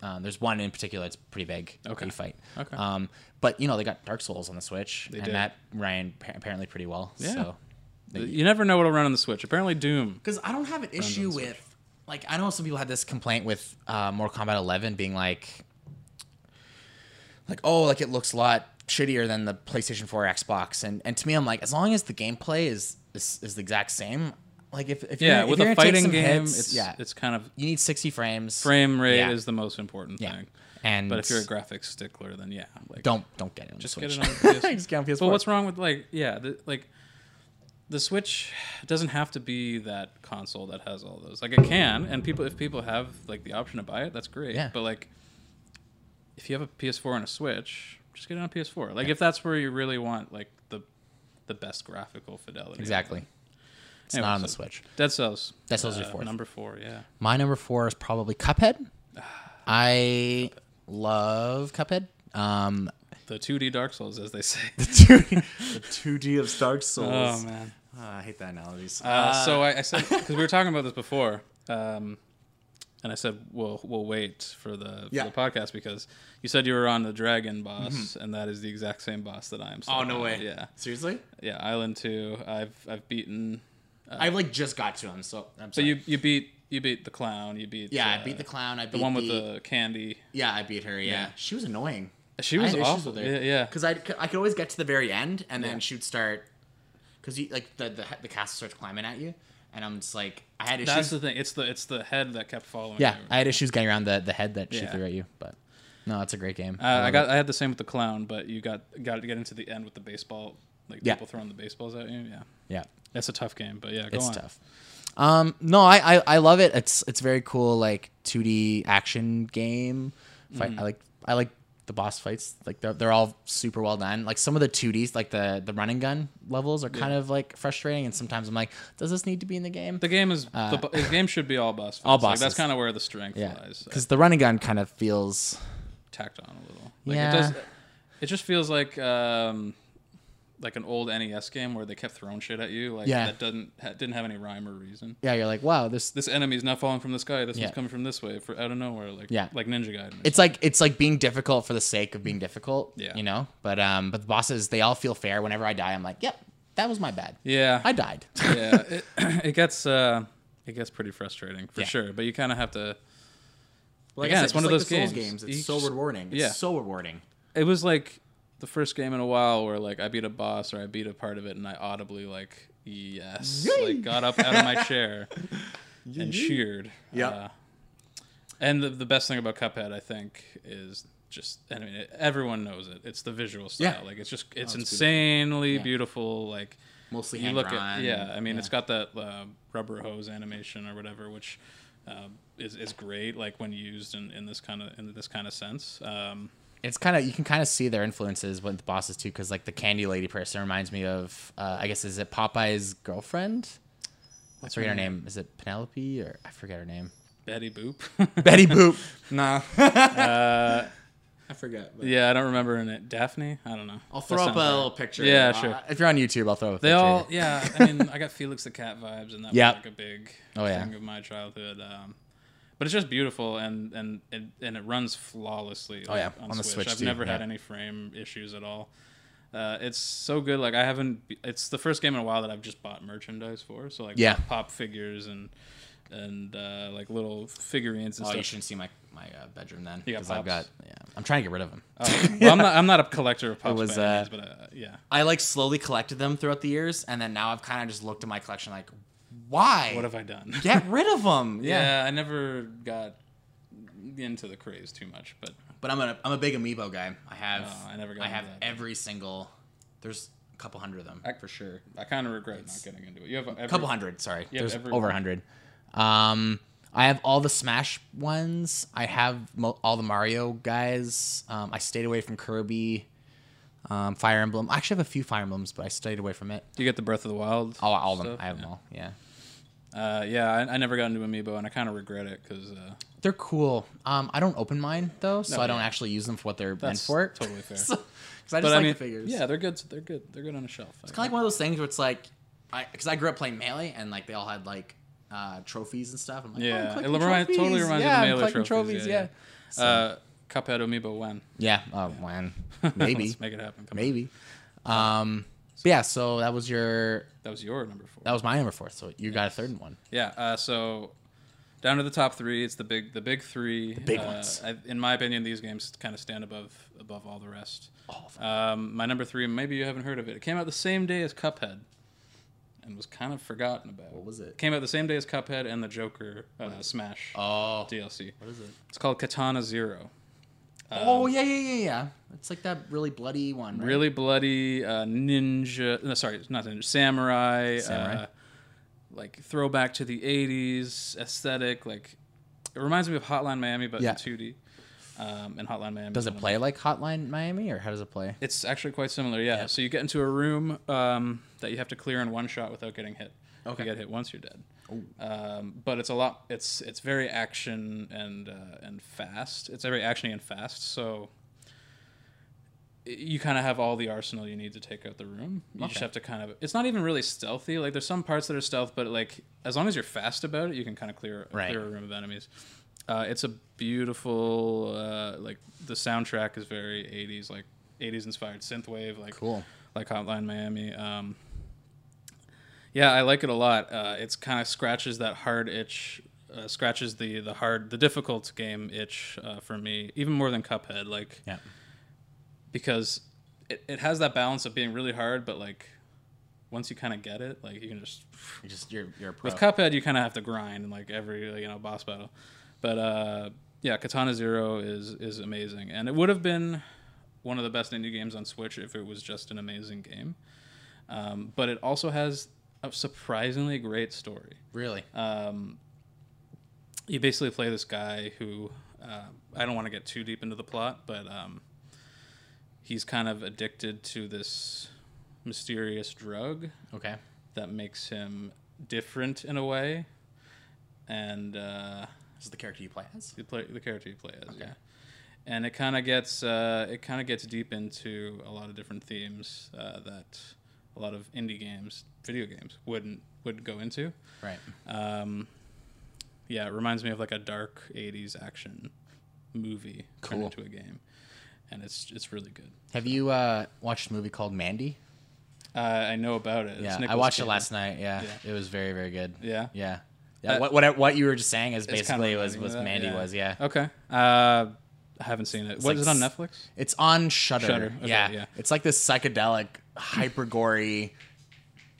S1: Um, there's one in particular that's pretty big
S2: Okay.
S1: that you fight.
S2: Okay.
S1: Um, but you know they got Dark Souls on the Switch, and
S2: did.
S1: that ran pa- apparently pretty well.
S2: Yeah.
S1: So
S2: You never know what'll run on the Switch. Apparently, Doom.
S1: because I don't have an issue with like I know some people had this complaint with uh, Mortal Kombat 11 being like, like oh, like it looks a lot shittier than the PlayStation 4 or Xbox, and and to me, I'm like, as long as the gameplay is is, is the exact same, like if, if
S2: Yeah,
S1: you're,
S2: with
S1: if you're
S2: a
S1: gonna take
S2: fighting
S1: some
S2: game,
S1: hits,
S2: it's
S1: yeah,
S2: it's kind of
S1: you need 60 frames.
S2: frame rate
S1: Yeah.
S2: is the most important
S1: Yeah.
S2: thing.
S1: and
S2: But if you're a graphics stickler, then yeah, like
S1: don't don't get it. On
S2: just
S1: the
S2: get it
S1: Switch.
S2: on PS.
S1: just get it on PS4.
S2: But what's wrong with like yeah, the, like the Switch doesn't have to be that console that has all those. Like it can, and people if people have like the option to buy it, that's great.
S1: Yeah.
S2: But like if you have a PS4 and a Switch, just get it on PS4. Like if that's where you really want like the the best graphical fidelity.
S1: exactly? It's
S2: Anyway,
S1: not on the
S2: so-
S1: Switch.
S2: Dead Cells. uh,
S1: Dead Cells is fourth.
S2: Number four, yeah.
S1: My number four is probably Cuphead. I love Cuphead. Um,
S2: The 2D Dark Souls, as they say.
S1: the 2D of Dark Souls. Ah,
S2: oh man.
S1: I hate that analogies.
S2: Uh, so I, I said because we were talking about this before, um, and I said we'll we'll wait for the, for
S1: Yeah. Mm-hmm.
S2: the podcast because you said you were on the dragon boss, and that is the exact same boss that I am. still
S1: oh no
S2: on.
S1: way!
S2: Yeah,
S1: seriously.
S2: yeah. Island two. I've I've beaten.
S1: I like just got to him, so I'm
S2: Uh, So
S1: sorry.
S2: you you beat you beat the clown. You beat
S1: yeah,
S2: uh,
S1: I beat the clown. I beat
S2: the one with the candy.
S1: yeah, I beat her. Yeah,
S2: Yeah.
S1: she was annoying.
S2: She
S1: I
S2: was
S1: had issues
S2: awful.
S1: with
S2: Yeah,
S1: her.
S2: yeah.
S1: Because I I could always get to the very end, and then
S2: Yeah.
S1: she'd start because you like the, the the castle starts climbing at you, and I'm just like I had issues.
S2: That's the thing. It's the it's the head that kept following.
S1: yeah,
S2: you.
S1: I had issues getting around the the head that she
S2: Yeah.
S1: threw at you, but. No, it's a great game.
S2: Uh, I
S1: love
S2: got I had the same with the clown, but you got got to get into the end with the baseball, like
S1: Yeah.
S2: people throwing the baseballs at you. Yeah,
S1: it. yeah.
S2: that's a tough game, but yeah, go
S1: it's
S2: on.
S1: tough. Um, no, I, I I love it. It's it's very cool, like two D action game. Fight.
S2: Mm.
S1: I like I like the boss fights. Like they're they're all super well done. Like some of the two Ds, like the the run and gun levels, are kind of like frustrating. And sometimes I'm like, does this need to be in the game?
S2: The game is the, bo- the game should be all boss. Fights.
S1: Uh, all
S2: Like, that's
S1: bosses.
S2: kind of where the strength
S1: yeah,
S2: lies. uh,
S1: because the run and gun kind of feels
S2: Tacked on a little. Like,
S1: Yeah.
S2: It, does, it just feels like um, like an old NES game where they kept throwing shit at you. Like
S1: Yeah.
S2: that doesn't ha- didn't have any rhyme or reason.
S1: yeah. You're like, wow, this
S2: This enemy's not falling from the sky. This
S1: Yeah.
S2: one's coming from this way, for out of nowhere. Like
S1: Yeah.
S2: like Ninja Gaiden.
S1: it's like it's like being difficult for the sake of being difficult.
S2: Yeah.
S1: you know. But um, but the bosses they all feel fair. Whenever I die, I'm like, yep, that was my bad.
S2: yeah,
S1: I died.
S2: yeah, it, it gets uh, it gets pretty frustrating for
S1: Yeah.
S2: sure. But you kind of have to.
S1: Like
S2: Again,
S1: I said,
S2: it's one
S1: just
S2: of
S1: like
S2: those
S1: the Souls
S2: games.
S1: It's
S2: You
S1: so
S2: just-
S1: rewarding. It's
S2: yeah.
S1: so rewarding.
S2: It was like the first game in a while where like I beat a boss or I beat a part of it, and I audibly like yes,
S1: Yay!
S2: like got up out of my chair and cheered. Uh,
S1: Yeah.
S2: and the, the best thing about Cuphead, I think, is just I mean everyone knows it. It's the visual style.
S1: Yeah.
S2: Like it's just Oh, it's insanely beautiful. Like
S1: Mostly
S2: you
S1: hand
S2: look
S1: drawn.
S2: at yeah i mean it's got that uh, rubber hose animation or whatever which um is, is great like when used in, in this kind of in this kind of sense um,
S1: it's kind of you can kind of see their influences with the bosses too, because like the candy lady person reminds me of uh, I guess is it Popeye's girlfriend? I forget her name. Is it Penelope or I forget her name?
S2: betty boop
S1: Betty Boop. nah,
S2: uh,
S1: I forget.
S2: yeah i don't remember in it daphne i don't know
S1: I'll
S2: That
S1: throw up
S2: sounds
S1: a
S2: right.
S1: little picture.
S2: Yeah,
S1: Uh,
S2: sure.
S1: If you're on YouTube, I'll throw up a
S2: they
S1: picture.
S2: all yeah i mean i got felix the cat vibes and that
S1: Yeah.
S2: was like a big
S1: Oh, yeah.
S2: thing of my childhood um, but it's just beautiful and and and, and it runs flawlessly
S1: Oh,
S2: like,
S1: yeah, on the Switch,
S2: i've
S1: too,
S2: never had
S1: yeah.
S2: any frame issues at all uh, it's so good like i haven't it's the first game in a while that i've just bought merchandise for so like
S1: Yeah.
S2: pop, pop figures and and uh, like little figurines and
S1: Oh, you
S2: stuff
S1: shouldn't see my my uh, bedroom then,
S2: got
S1: because I've got.
S2: pops.
S1: Yeah, I'm trying to get rid of them.
S2: Uh, well i'm not i'm not a collector of pop
S1: was,
S2: by any
S1: uh,
S2: means, but uh, yeah
S1: I like slowly collected them throughout the years, and then now I've kind of just looked at my collection like, why?
S2: what have i done
S1: get rid of them?
S2: yeah i never got into the craze too much but
S1: But I'm a I'm a big amiibo guy. I have
S2: Oh, I never got
S1: I
S2: into
S1: have
S2: that.
S1: every single there's a couple hundred of them.
S2: I, for sure. I kind of regret not getting into it. You have every,
S1: a couple hundred, sorry.
S2: Yeah,
S1: there's
S2: every-
S1: over a hundred. Um I have all the Smash ones. I have mo- all the Mario guys. Um, I stayed away from Kirby, um, Fire Emblem. I actually have a few Fire Emblems, but I stayed away from it.
S2: You get the Breath of the Wild.
S1: All, all of them.
S2: stuff?
S1: I have them all. Yeah,
S2: Uh, yeah, I, I never got into Amiibo, and I kind of regret it because uh,
S1: they're cool. Um, I don't open mine though, so
S2: No,
S1: I don't
S2: yeah.
S1: actually use them for what they're meant
S2: that's
S1: for.
S2: totally fair.
S1: So- 'cause I just
S2: but
S1: like
S2: I mean,
S1: the figures.
S2: yeah, they're good. They're good. They're good on a shelf.
S1: It's kind of like one of those things where it's like, I because I grew up playing melee and like they all had like uh, trophies and stuff. I'm like, oh, I'm
S2: Yeah, it
S1: collecting
S2: remind- totally
S1: trophies.
S2: reminds me
S1: yeah,
S2: of
S1: I'm
S2: Melee
S1: collecting
S2: trophies, yeah, yeah.
S1: yeah.
S2: uh, Cuphead Amiibo when?
S1: Yeah. Oh, when maybe,
S2: Let's make it happen. Come on.
S1: maybe. Um, but yeah. So that was your
S2: That was your number four.
S1: that was my number four. So you got a third one.
S2: Yeah. Uh, so down to the top three. It's the big the big three. The
S1: big ones.
S2: I, in my opinion, these games kind of stand above above all the rest.
S1: All of
S2: Um, my number three, maybe you haven't heard of it. It came out the same day as Cuphead, and was kind of forgotten about. What
S1: was it?
S2: Came out the same day as Cuphead and the Joker uh, Smash
S1: Oh.
S2: DLC.
S1: What is it?
S2: It's called Katana Zero. Um,
S1: oh yeah, yeah, yeah, yeah. It's like that really bloody one. Right?
S2: Really bloody uh, ninja. No, sorry, not ninja. Samurai.
S1: Samurai.
S2: Uh, like throwback to the '80s aesthetic. Like it reminds me of Hotline Miami, but
S1: Yeah.
S2: in 2D. Um, and Hotline Miami.
S1: Does it play like Hotline Miami, or how does it play?
S2: It's actually quite similar, yeah. So you get into a room um, that you have to clear in one shot without getting hit. If
S1: Okay.
S2: you get hit once, you're dead. Um, but it's a lot. It's it's very action and uh, and fast. It's very actiony and fast. So i- you kind of have all the arsenal you need to take out the room. You just
S1: Okay.
S2: have to kind of. It's not even really stealthy. Like there's some parts that are stealth, but like as long as you're fast about it, you can kind of clear
S1: Right.
S2: clear a room of enemies. Uh, it's a beautiful uh, like the soundtrack is very 80s like 80s inspired synthwave like
S1: Cool.
S2: like Hotline Miami. Um, yeah, I like it a lot. Uh, it's kind of scratches that hard itch, uh, scratches the the hard the difficult game itch uh, for me even more than Cuphead. Like
S1: Yeah.
S2: because it, it has that balance of being really hard, but like once you kind of get it, like you can just
S1: You just you're you're a pro.
S2: with Cuphead, you kind of have to grind in like every like, you know boss battle, but uh, yeah, Katana Zero is is amazing, and it would have been one of the best indie games on Switch if it was just an amazing game. Um, but it also has a surprisingly great story
S1: really.
S2: Uh, you basically play this guy who uh, I don't want to get too deep into the plot, but um, he's kind of addicted to this mysterious drug
S1: okay.
S2: that makes him different in a way, and uh,
S1: This is the character you play as.
S2: the, play, the character you play as, yeah. And it kind of gets uh, it kind of gets deep into a lot of different themes uh, that a lot of indie games, video games, wouldn't would go into
S1: Right.
S2: yeah, it reminds me of like a dark '80s action movie
S1: Cool.
S2: turned into a game, and it's it's really good.
S1: Have you uh, watched a movie called Mandy?
S2: Uh, I know about it. It's
S1: Yeah, I
S2: Nicolas
S1: watched
S2: Cage.
S1: it last night. Yeah,
S2: Yeah.
S1: it was very very good.
S2: Yeah,
S1: Yeah. Yeah.
S2: Uh,
S1: what what what you were just saying is
S2: It's kinda
S1: basically was
S2: reminding me
S1: was
S2: of that,
S1: Mandy was yeah.
S2: Okay, uh, I haven't seen it. What
S1: like
S2: is it on
S1: s-
S2: Netflix?
S1: It's on Shutter.
S2: Shudder, okay,
S1: yeah.
S2: yeah.
S1: It's like this psychedelic, hyper gory.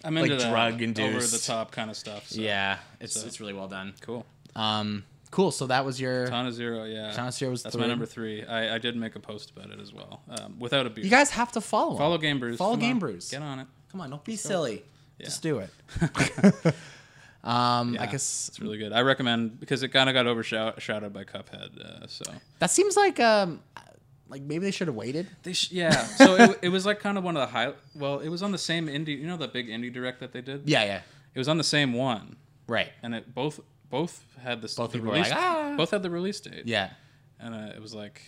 S2: I'm
S1: like
S2: into that
S1: drug-induced-
S2: over the top kind of stuff. So.
S1: yeah. It's it's really well done.
S2: cool.
S1: Um, cool. So that was your.
S2: Katana Zero, yeah.
S1: Katana Zero was
S2: that's
S1: three.
S2: my number three. I, I did make a post about it as well. Um, without a beard.
S1: You guys have to follow. 'em.
S2: follow Game Brews.
S1: Follow
S2: Come
S1: Game
S2: on.
S1: Brews.
S2: Get on it.
S1: Come on, don't be silly. Just do it. um, I
S2: Yeah,
S1: guess
S2: It's really good. I recommend because it kind of got overshadowed by Cuphead. Uh, so
S1: that seems like um, like maybe they should have waited.
S2: They sh- yeah. So it, it was like kind of one of the high. Well, it was on the same indie. You know the big indie direct that they did.
S1: Yeah, yeah,
S2: It was on the same one,
S1: right.
S2: and it both both had this.
S1: Both
S2: the
S1: people were
S2: release,
S1: like, "Ah."
S2: Both had the release date.
S1: Yeah,
S2: And uh, it was like,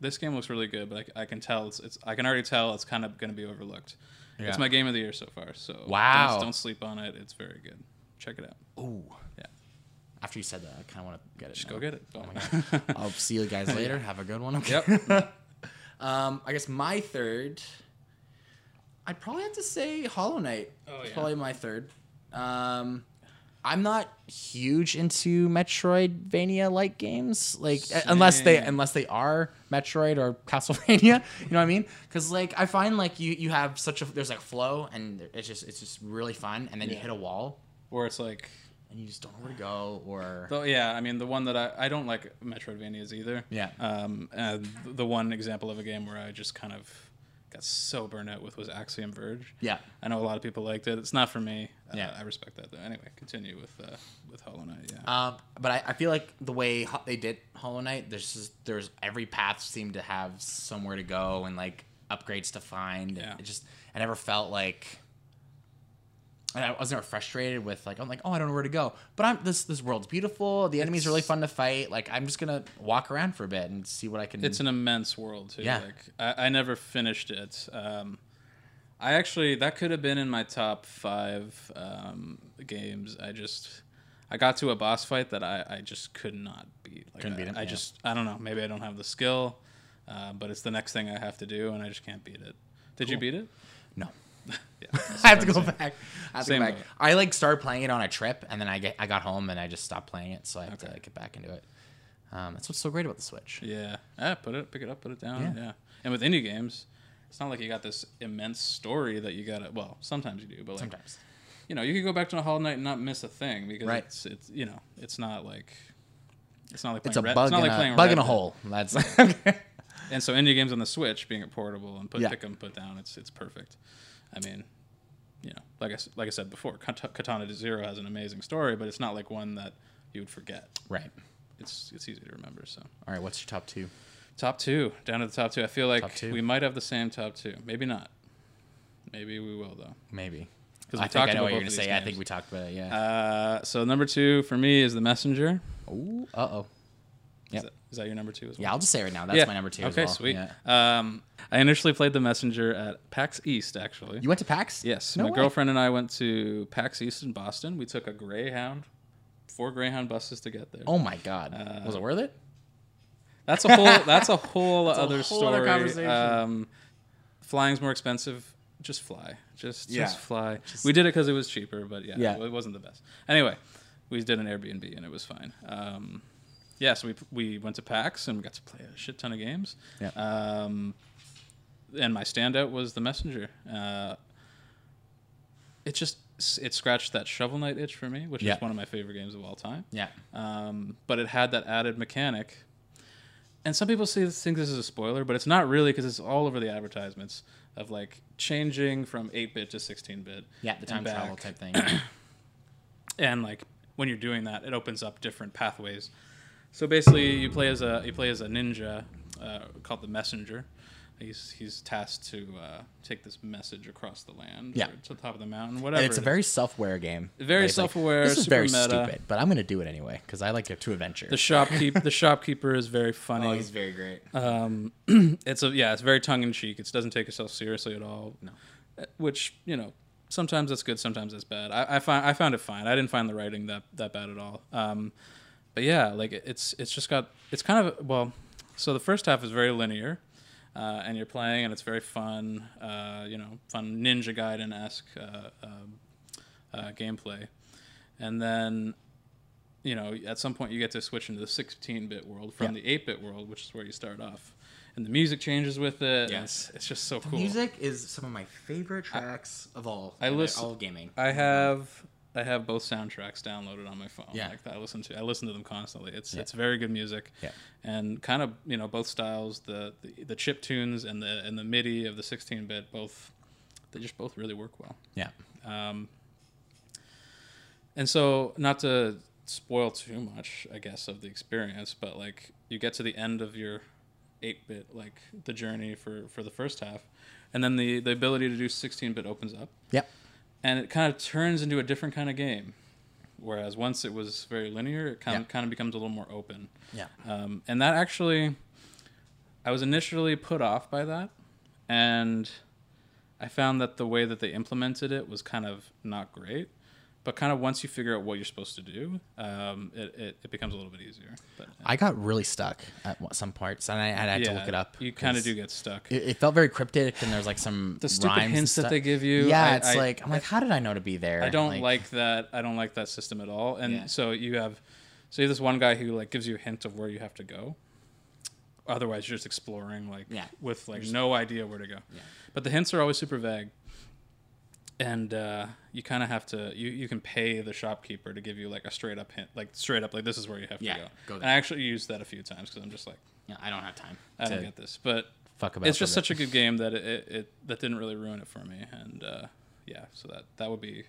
S2: this game looks really good, but I, I can tell it's, it's I can already tell it's kind of going to be overlooked.
S1: Yeah.
S2: It's my game of the year so far. So
S1: Wow.
S2: don't, don't sleep on it. It's very good. Check it out.
S1: Ooh.
S2: Yeah.
S1: After you said that, I kind of want to get it.
S2: Just go get it.
S1: Oh
S2: Don't-
S1: I'll see you guys later. Have a good one. Okay.
S2: yep.
S1: Um, I guess my third. I'd probably have to say Hollow Knight.
S2: Oh,
S1: is
S2: yeah.
S1: Probably my third. Um, I'm not huge into Metroidvania-like games, like uh, unless they
S2: Same.
S1: unless they are Metroid or Castlevania. You know what I mean? Because like I find like you you have such a there's like flow and it's just it's just really fun, and then you
S2: Yeah.
S1: hit a wall
S2: Or it's like,
S1: and you just don't know where to go or
S2: though, yeah. I mean, the one that I I don't like Metroidvanias either.
S1: yeah.
S2: Um, uh, the one example of a game where I just kind of got so burnt out with was Axiom Verge.
S1: Yeah.
S2: I know a lot of people liked it. It's not for me.
S1: Yeah.
S2: Uh, I respect that though. Anyway, continue with uh, with Hollow Knight. Yeah.
S1: Um, but I, I feel like the way ho- they did Hollow Knight, there's just, there's every path seemed to have somewhere to go and like upgrades to find.
S2: Yeah.
S1: It just I never felt like, and I was never frustrated with like I'm like oh I don't know where to go, but I'm this this world's beautiful. The enemy's really
S2: It's-
S1: fun to fight. Like I'm just gonna walk around for a bit and see what I can.
S2: it's an immense world too.
S1: Yeah.
S2: Like I, I never finished it. Um, I actually that could have been in my top five um, games. I just I got to a boss fight that I, I just could not beat. Like,
S1: Couldn't beat
S2: I,
S1: it,
S2: I
S1: yeah.
S2: just I don't know. Maybe I don't have the skill, uh, but it's the next thing I have to do, and I just can't beat it. Did you beat it?
S1: no. I have to go
S2: Same.
S1: back. I have to
S2: Same
S1: go back.
S2: with it.
S1: I like started playing it on a trip, and then I get I got home and I just stopped playing it, so I have to get back into it. Um, that's what's so great about the Switch.
S2: Yeah. Ah, put it, pick it up, put it down.
S1: Yeah.
S2: Yeah. And with indie games, it's not like you got this immense story that you gotta. Well, sometimes you do, but like,
S1: Sometimes.
S2: you know, you could go back to a Hollow Knight and not miss a thing because
S1: Right.
S2: it's it's you know, it's not like. It's not like
S1: It's a
S2: playing Red-
S1: bug,
S2: not
S1: in,
S2: like playing
S1: a, bug
S2: Red
S1: in a
S2: Dead.
S1: hole. That's
S2: And so indie games on the Switch being it portable and put
S1: Yeah.
S2: pick 'em, put down, it's it's perfect. I mean, you know, like I s- like I said before, Kat- Katana to Zero has an amazing story, but it's not like one that you would forget.
S1: right.
S2: It's it's easy to remember. So
S1: All right. What's your top two?
S2: top two, down to the top two. I feel
S1: Top
S2: like
S1: two.
S2: we might have the same top two. Maybe not. Maybe we will though.
S1: Maybe.
S2: 'Cause we
S1: I think
S2: talked
S1: I know
S2: about
S1: what you're
S2: both
S1: gonna
S2: of
S1: say.
S2: these
S1: I think
S2: games.
S1: we talked about it. Yeah.
S2: Uh, so number two for me is the Messenger.
S1: Ooh. Uh oh.
S2: Is
S1: Yep.
S2: that, is that your number two as well?
S1: Yeah. I'll just say it right now. That's my number two. as
S2: Okay,
S1: well.
S2: sweet.
S1: Yeah.
S2: Um, I initially played the Messenger at PAX East actually.
S1: You went to PAX?
S2: Yes,
S1: No
S2: my
S1: way.
S2: girlfriend and I went to PAX East in Boston. We took a Greyhound, four Greyhound buses to get there.
S1: Oh my god.
S2: Uh,
S1: Was it worth it?
S2: That's a whole. That's a whole
S1: whole
S2: other story.
S1: other conversation.
S2: Um, flying's more expensive. Just fly. Just
S1: Yeah.
S2: just fly. we did it because it was cheaper, but yeah,
S1: Yeah.
S2: it wasn't the best. Anyway, we did an Airbnb and it was fine. Um, yeah, so we we went to PAX and we got to play a shit ton of games.
S1: Yeah.
S2: Um, and my standout was the messenger. Uh, it just it scratched that shovel knight itch for me, which
S1: Yeah.
S2: is one of my favorite games of all time
S1: Yeah.
S2: um, but it had that added mechanic. And some people see this, think this is a spoiler, but it's not really because it's all over the advertisements of like changing from 8 bit to 16 bit.
S1: Yeah. The time travel type thing.
S2: And like when you're doing that, it opens up different pathways. So basically, you play as a you play as a ninja uh, called the messenger. He's he's tasked to uh, take this message across the land,
S1: Yeah.
S2: or to the top of the mountain, whatever.
S1: And it's a
S2: it is.
S1: very self-aware game.
S2: Very
S1: Where it's like,
S2: self-aware,
S1: This is
S2: super
S1: very
S2: meta.
S1: stupid, but I'm gonna do it anyway because I like to, to adventure. Oh,
S2: the shopkeep the shopkeeper is very funny.
S1: very great.
S2: Uh, it's a yeah, it's very tongue in cheek. It doesn't take itself seriously at all. No, which you know sometimes that's good, sometimes that's bad. I, I find I found it fine. I didn't find the writing that that bad at all. Um, but yeah, like it- it's it's just got it's kind of well. So the first half is very linear, uh, and you're playing, and it's very fun. Uh, you know, fun Ninja Gaiden esque uh, um uh, gameplay, and then. You know, at some point you get to switch into the 16-bit world from
S1: Yeah.
S2: the 8-bit world, which is where you start off, and the music changes with it. and
S1: Yes.
S2: it's, it's just so cool.
S1: Music is some of my favorite tracks of all.
S2: I
S1: of
S2: listen-
S1: all gaming.
S2: I have I have both soundtracks downloaded on my phone.
S1: Yeah.
S2: Like that I listen to I listen to them constantly. It's it's very good music.
S1: Yeah.
S2: And kind of, you know, both styles, the, the the chip tunes and the and the MIDI of the 16-bit both they just both really work well.
S1: yeah,
S2: And so, not to spoil too much, I guess, of the experience, but like you get to the end of your eight bit, like the journey for for the first half, and then the the ability to do 16-bit opens up
S1: yep,
S2: and it kind of turns into a different kind of game. Whereas once it was very linear, it kind of,
S1: Yeah.
S2: kind of becomes a little more open.
S1: yeah.
S2: Um, and that actually, I was initially put off by that. And I found that the way that they implemented it was kind of not great. But kind of once you figure out what you're supposed to do, um, it, it, it becomes a little bit easier. But,
S1: I got really stuck at one- some parts, and I, I had to look it up.
S2: You kind of
S1: 'cause
S2: do get stuck.
S1: It, it felt very cryptic, and there's like some
S2: The stupid
S1: rhymes and
S2: hints that
S1: stuff.
S2: they give you,
S1: Yeah,
S2: I-
S1: it's
S2: I-
S1: like I'm like, how did I know to be there?
S2: I don't like, that. I don't like that system at all. And
S1: Yeah.
S2: so you have, so you have this one guy who like gives you a hint of where you have to go. Otherwise, you're just exploring like
S1: Yeah.
S2: with like no idea where to go. But the hints are always super vague, and uh, you kind of have to. You you can pay the shopkeeper to give you like a straight up hint, like straight up like this is where you have
S1: Yeah,
S2: to go.
S1: go
S2: and
S1: there.
S2: I actually used that a few times because I'm just like
S1: Yeah, I don't have time.
S2: I
S1: to
S2: don't get this, but
S1: fuck about.
S2: it's just
S1: for
S2: such
S1: that.
S2: a good game that it, it, it that didn't really ruin it for me. And uh, yeah, so that that would be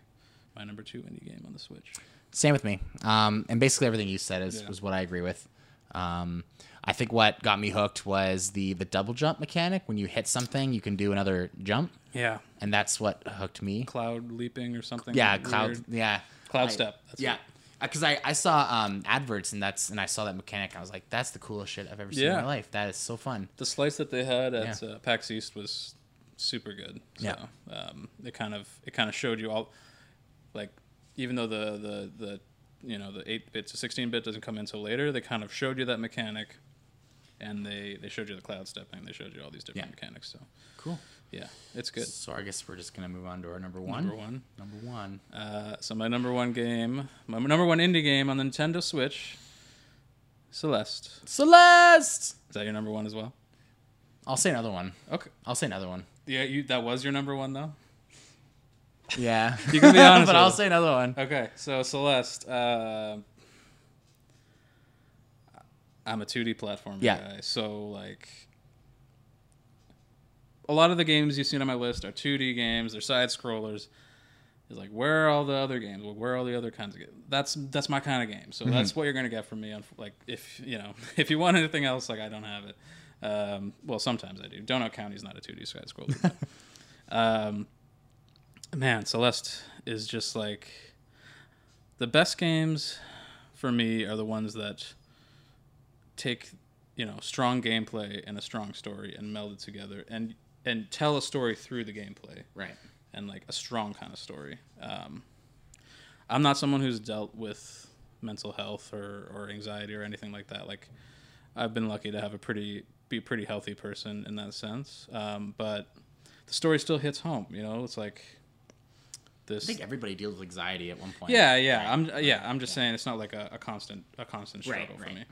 S2: my number two indie game on the Switch.
S1: Same with me. Um, and basically everything you said is,
S2: Yeah.
S1: was what I agree with. Um, I think what got me hooked was the the double jump mechanic. When you hit something, you can do another jump,
S2: Yeah.
S1: and that's what hooked me.
S2: Cloud leaping or something.
S1: Yeah,
S2: weird.
S1: cloud. Yeah,
S2: Cloud
S1: I-
S2: step. That's
S1: yeah,
S2: it.
S1: because I, I saw um, adverts and that's and I saw that mechanic. I was like, that's the coolest shit I've ever seen in my
S2: Yeah.
S1: life. That is so fun.
S2: The slice that they had at
S1: Yeah.
S2: uh, PAX East was super good. So,
S1: Yeah.
S2: Um, it kind of it kind of showed you all, like, even though the the the you know the eight bit to sixteen bit doesn't come in until later, they kind of showed you that mechanic, and they they showed you the cloud stepping. They showed you all these different mechanics. So
S1: Cool.
S2: yeah, it's good.
S1: So I guess we're just gonna move on to our number one.
S2: Number one.
S1: Number one.
S2: Uh, so my number one game, my number one indie game on the Nintendo Switch, Celeste.
S1: Celeste.
S2: Is that your number one as well?
S1: I'll say another one.
S2: Okay.
S1: I'll say another one.
S2: Yeah, you that was your number one though.
S1: Yeah.
S2: You can be honest
S1: but
S2: with
S1: I'll
S2: us.
S1: say another one.
S2: Okay, so Celeste, uh, I'm a 2D platformer
S1: Yeah.
S2: guy, so like a lot of the games you've seen on my list are 2D games, they're side scrollers. It's like where are all the other games? Well, where are all the other kinds of games? That's that's my kind of game. So that's what you're gonna get from me. On like if you know if you want anything else, like I don't have it. Um, well, sometimes I do. Donut County's not a 2D side scroller. but um, man, Celeste is just like the best games for me are the ones that take you know strong gameplay and a strong story and meld it together and and tell a story through the gameplay
S1: Right.
S2: and like a strong kind of story. Um, I'm not someone who's dealt with mental health or, or anxiety or anything like that. Like I've been lucky to have a pretty be a pretty healthy person in that sense. Um, but the story still hits home. You know, it's like
S1: I
S2: this.
S1: think everybody deals with anxiety at one point.
S2: Yeah, yeah. I'm uh, yeah. I'm just saying it's not like a, a constant a constant
S1: Right,
S2: struggle for
S1: right.
S2: me.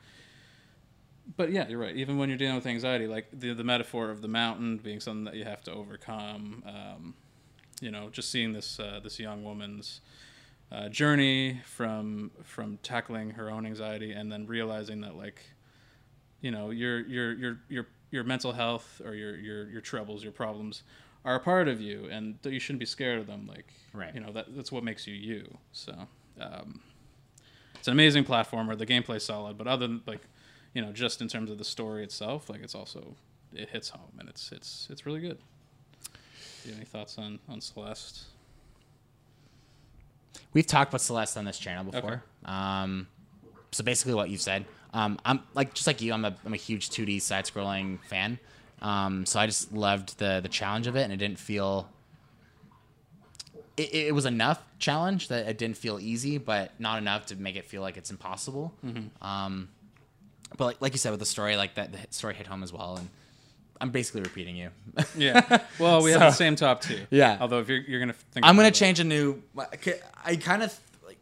S2: But yeah, you're right. Even when you're dealing with anxiety, like the the metaphor of the mountain being something that you have to overcome. Um, you know, just seeing this uh, this young woman's uh, journey from from tackling her own anxiety and then realizing that like you know your your your your your mental health or your your your troubles your problems are a part of you and that you shouldn't be scared of them like
S1: Right.
S2: you know that that's what makes you you so um, it's an amazing platformer the gameplay's solid but other than like you know just in terms of the story itself like it's also it hits home and it's it's it's really good do you have any thoughts on on celeste
S1: We've talked about Celeste on this channel before.
S2: Okay.
S1: Um, so basically, what you've said. Um, I'm like just like you. I'm a I'm a huge 2D side-scrolling fan. Um, so I just loved the the challenge of it, and it didn't feel. It, it was enough challenge that it didn't feel easy, but not enough to make it feel like it's impossible. Um, but like, like you said with the story, like that the story hit home as well, and I'm basically repeating you.
S2: yeah well we have the
S1: So-
S2: same top two
S1: Yeah.
S2: although if you're, you're gonna think
S1: I'm
S2: about
S1: gonna
S2: it-
S1: change a new. I- I kind of like.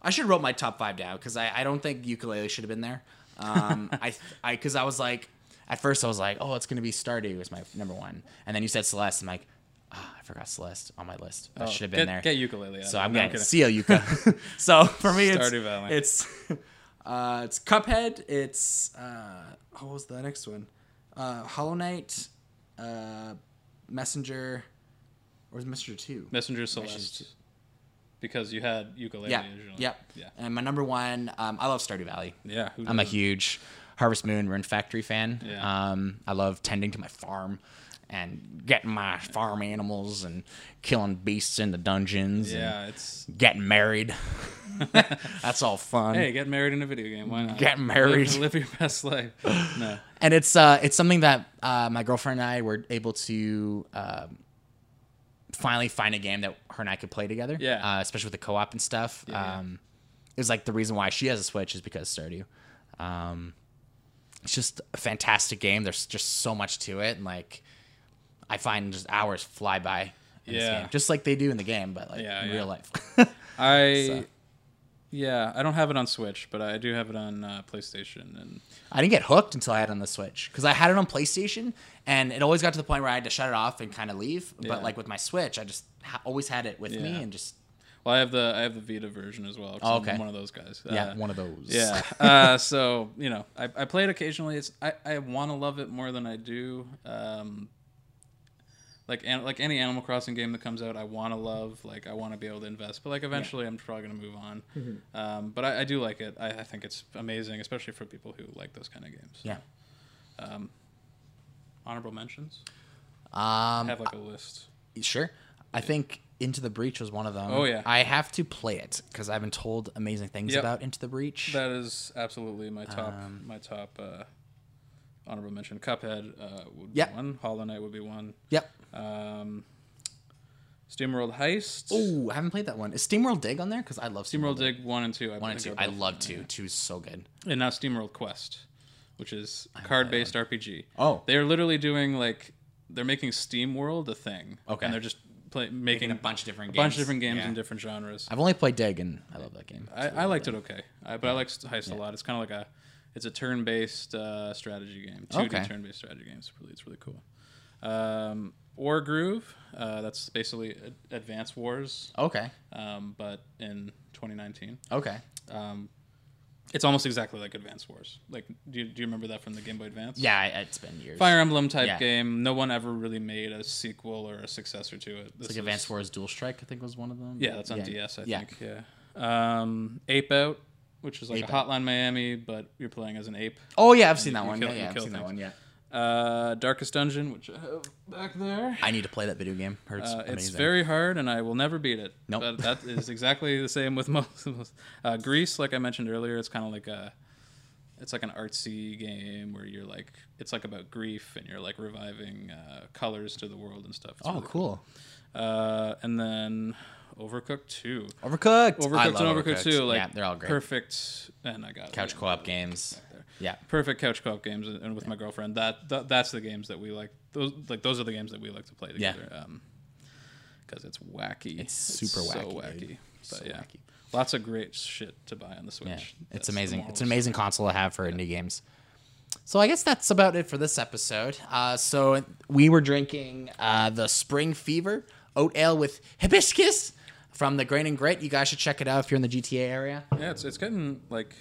S1: I should have wrote my top five down because I, I don't think ukulele should have been there. Um, I I because I was like at first I was like oh it's gonna be Stardew is my number one and then you said Celeste I'm like ah I forgot Celeste on my list that
S2: Oh,
S1: should have been
S2: get,
S1: there
S2: get ukulele out
S1: so
S2: of it.
S1: I'm
S2: No,
S1: gonna
S2: kidding.
S1: see a Yuka. so for me it's
S2: Stardew Valley.
S1: it's uh, it's Cuphead it's uh, what was the next one uh, Hollow Knight uh, Messenger or was it Messenger two
S2: Messenger Celeste. Because you had ukulele
S1: Yeah.
S2: originally.
S1: Yep.
S2: Yeah.
S1: And my number one, um, I love Stardew Valley.
S2: Yeah. who
S1: I'm a
S2: doesn't?
S1: huge Harvest Moon Rune Factory fan.
S2: Yeah.
S1: Um, I love tending to my farm and getting my farm animals and killing beasts in the dungeons
S2: Yeah, it's.
S1: and getting married. That's all fun.
S2: Hey, get married in a video game. Why not?
S1: Get married.
S2: Live, live your best life. No.
S1: and it's uh, it's something that uh, my girlfriend and I were able to um, finally find a game that her and I could play together.
S2: Yeah.
S1: Uh, especially with the co-op and stuff.
S2: yeah.
S1: Um, it was like the reason why she has a Switch is because Stardew. Um, it's just a fantastic game. There's just so much to it, and like I find just hours fly by. In this
S2: Yeah.
S1: game. Just like they do in the game, but like
S2: Yeah,
S1: in
S2: yeah.
S1: real life.
S2: I. Yeah, I don't have it on Switch, but I do have it on uh, PlayStation. And
S1: I didn't get hooked until I had it on the Switch because I had it on PlayStation, and it always got to the point where I had to shut it off and kind of leave.
S2: Yeah.
S1: But like with my Switch, I just ha- always had it with me
S2: Yeah.
S1: and just
S2: well, I have the I have the Vita version as well. 'cause
S1: Oh,
S2: I'm
S1: okay.
S2: one of those guys.
S1: yeah,
S2: Uh,
S1: one of those.
S2: Yeah. Uh, so you know, I, I play it occasionally. It's I, I want to love it more than I do. Um, like an, like any Animal Crossing game that comes out, I want to love. Like I want to be able to invest, but like eventually, I'm probably gonna move on.
S1: Mm-hmm.
S2: Um, but I, I do like it. I, I think it's amazing, especially for people who like those kind of games.
S1: yeah.
S2: Honorable mentions. I
S1: Um,
S2: have like a list.
S1: sure. I think Into the Breach was one of them.
S2: Oh, yeah.
S1: I have to play it because I've been told amazing things
S2: Yep.
S1: about Into the Breach.
S2: That is absolutely my top.
S1: Um,
S2: my top uh, honorable mention. Cuphead uh, would
S1: Yeah.
S2: be one. Hollow Knight would be one.
S1: yep.
S2: Um, SteamWorld Heist.
S1: Oh, I haven't played that one. Is SteamWorld Dig on there? Because I love
S2: SteamWorld Dig one and two. I
S1: One and
S2: think
S1: two.
S2: are
S1: I
S2: both-
S1: love two. Two is so good.
S2: And now SteamWorld Quest, which is card based RPG.
S1: Oh.
S2: they're literally doing like they're making Steam World a thing.
S1: Okay.
S2: and they're just play, making,
S3: a bunch of different
S2: a bunch
S3: games.
S2: of different games
S3: Yeah.
S2: in different genres.
S1: I've only played Dig, and I love that game.
S2: I, I liked it okay, I, but I liked Heist a lot. It's kind of like a it's a turn based uh, strategy game, two D
S1: Okay.
S2: turn based strategy game. It's really it's really cool. Um, War Groove, uh, that's basically Ad- Advance Wars,
S1: Okay.
S2: um, but in 2019.
S1: Okay.
S2: Um, it's almost exactly like Advance Wars. Like, do you, do you remember that from the Game Boy Advance?
S3: Yeah, I- it's been years.
S2: Fire Emblem type
S3: Yeah.
S2: game. No one ever really made a sequel or a successor to it. This
S3: Like
S2: is-
S3: Advance Wars Dual Strike, I think was one of them.
S2: Yeah, that's on
S1: Yeah.
S2: DS, I
S1: Yeah.
S2: think. Yeah. Um, ape Out, which is like a Hotline Miami, but you're playing as an ape.
S1: Oh yeah, I've seen that
S2: you
S1: one.
S2: kill-
S1: yeah,
S2: you
S1: yeah, I've
S2: kill
S1: seen that
S2: things.
S1: one. Yeah.
S2: Uh, Darkest Dungeon, which I have back there.
S1: I need to play that video game. Heard it's
S2: Uh,
S1: amazing.
S2: it's very hard, and I will never beat it.
S1: Nope.
S2: But that is exactly the same with most. most- Uh, Greece, like I mentioned earlier, it's kind of like a, it's like an artsy game where you're like, it's like about grief, and you're like reviving uh, colors to the world and stuff. It's
S1: oh,
S2: really
S1: cool.
S2: Uh, and then Overcooked Two.
S1: Overcooked. I
S2: Overcooked
S1: love
S2: and Overcooked, Two, like
S1: yeah, they're all great.
S2: perfect. And I got it.
S1: Couch
S2: Yeah.
S1: co-op games. Yeah.
S2: Perfect couch co-op games, and and with my girlfriend, that, that that's the games that we like. Those like those are the games that we like to play
S1: Yeah.
S2: together. Um, because it's wacky.
S1: It's super
S2: so
S1: wacky, dude.
S2: But
S1: So
S2: yeah,
S1: wacky.
S2: lots of great shit to buy on the Switch.
S1: Yeah,
S2: That's
S1: it's
S2: the
S1: amazing.
S2: moral
S1: It's
S2: of
S1: an
S2: the
S1: amazing console to have for indie games. So I guess that's about it for this episode. Uh, so we were drinking uh, the Spring Fever Oat Ale with hibiscus from the Grain and Grit. You guys should check it out if you're in the GTA area.
S2: story. Yeah, it's it's getting like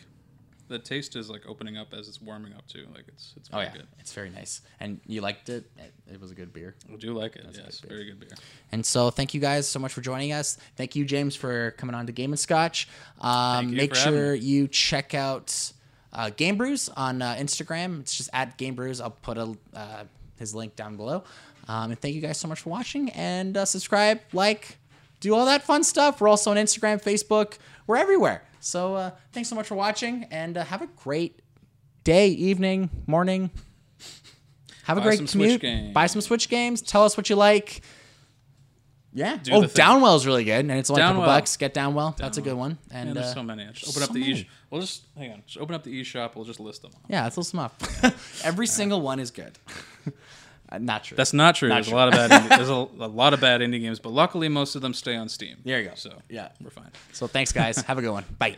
S2: the taste is like opening up as it's warming up too. Like it's it's
S1: Oh
S2: very
S1: yeah,
S2: good.
S1: it's very nice. And you liked it. It- It was a good beer.
S2: I do like it. yes,
S1: good beer.
S2: very good beer.
S1: And so thank you guys so much for joining us. Thank you, James, for coming on to Game and Scotch. Um,
S2: you
S1: make
S2: for having
S1: sure
S2: me.
S1: you check out uh, Game Brews on uh, Instagram. It's just at Game Brews. I'll put a, uh, his link down below. Um, and thank you guys so much for watching. And uh, subscribe, like, do all that fun stuff. We're also on Instagram, Facebook. We're everywhere. So uh, thanks so much for watching. And uh, have a great day, evening, morning. Have a
S2: Buy
S1: great
S2: some Switch
S1: commute.
S2: games.
S1: Buy some Switch games. Tell us what you like. Yeah.
S2: Do
S1: oh,
S2: the thing.
S1: Downwell's really good, and it's only a couple
S2: Downwell.
S1: bucks. Get Downwell. That's a good one. And
S2: And there's
S1: uh,
S2: so many. Just open up
S1: so
S2: the e.
S1: many.
S2: Sh- we'll just hang on. Just open up the e shop. We'll just list them. All.
S1: yeah, let's list them up. Every single one is good. Uh, Not true.
S2: That's not true. there's
S1: true.
S2: a lot of bad. Indie, there's a, a lot of bad indie games, but luckily most of them stay on Steam.
S1: There you go.
S2: So
S1: Yeah.
S2: we're fine.
S1: so thanks, guys. Have a good one. Bye.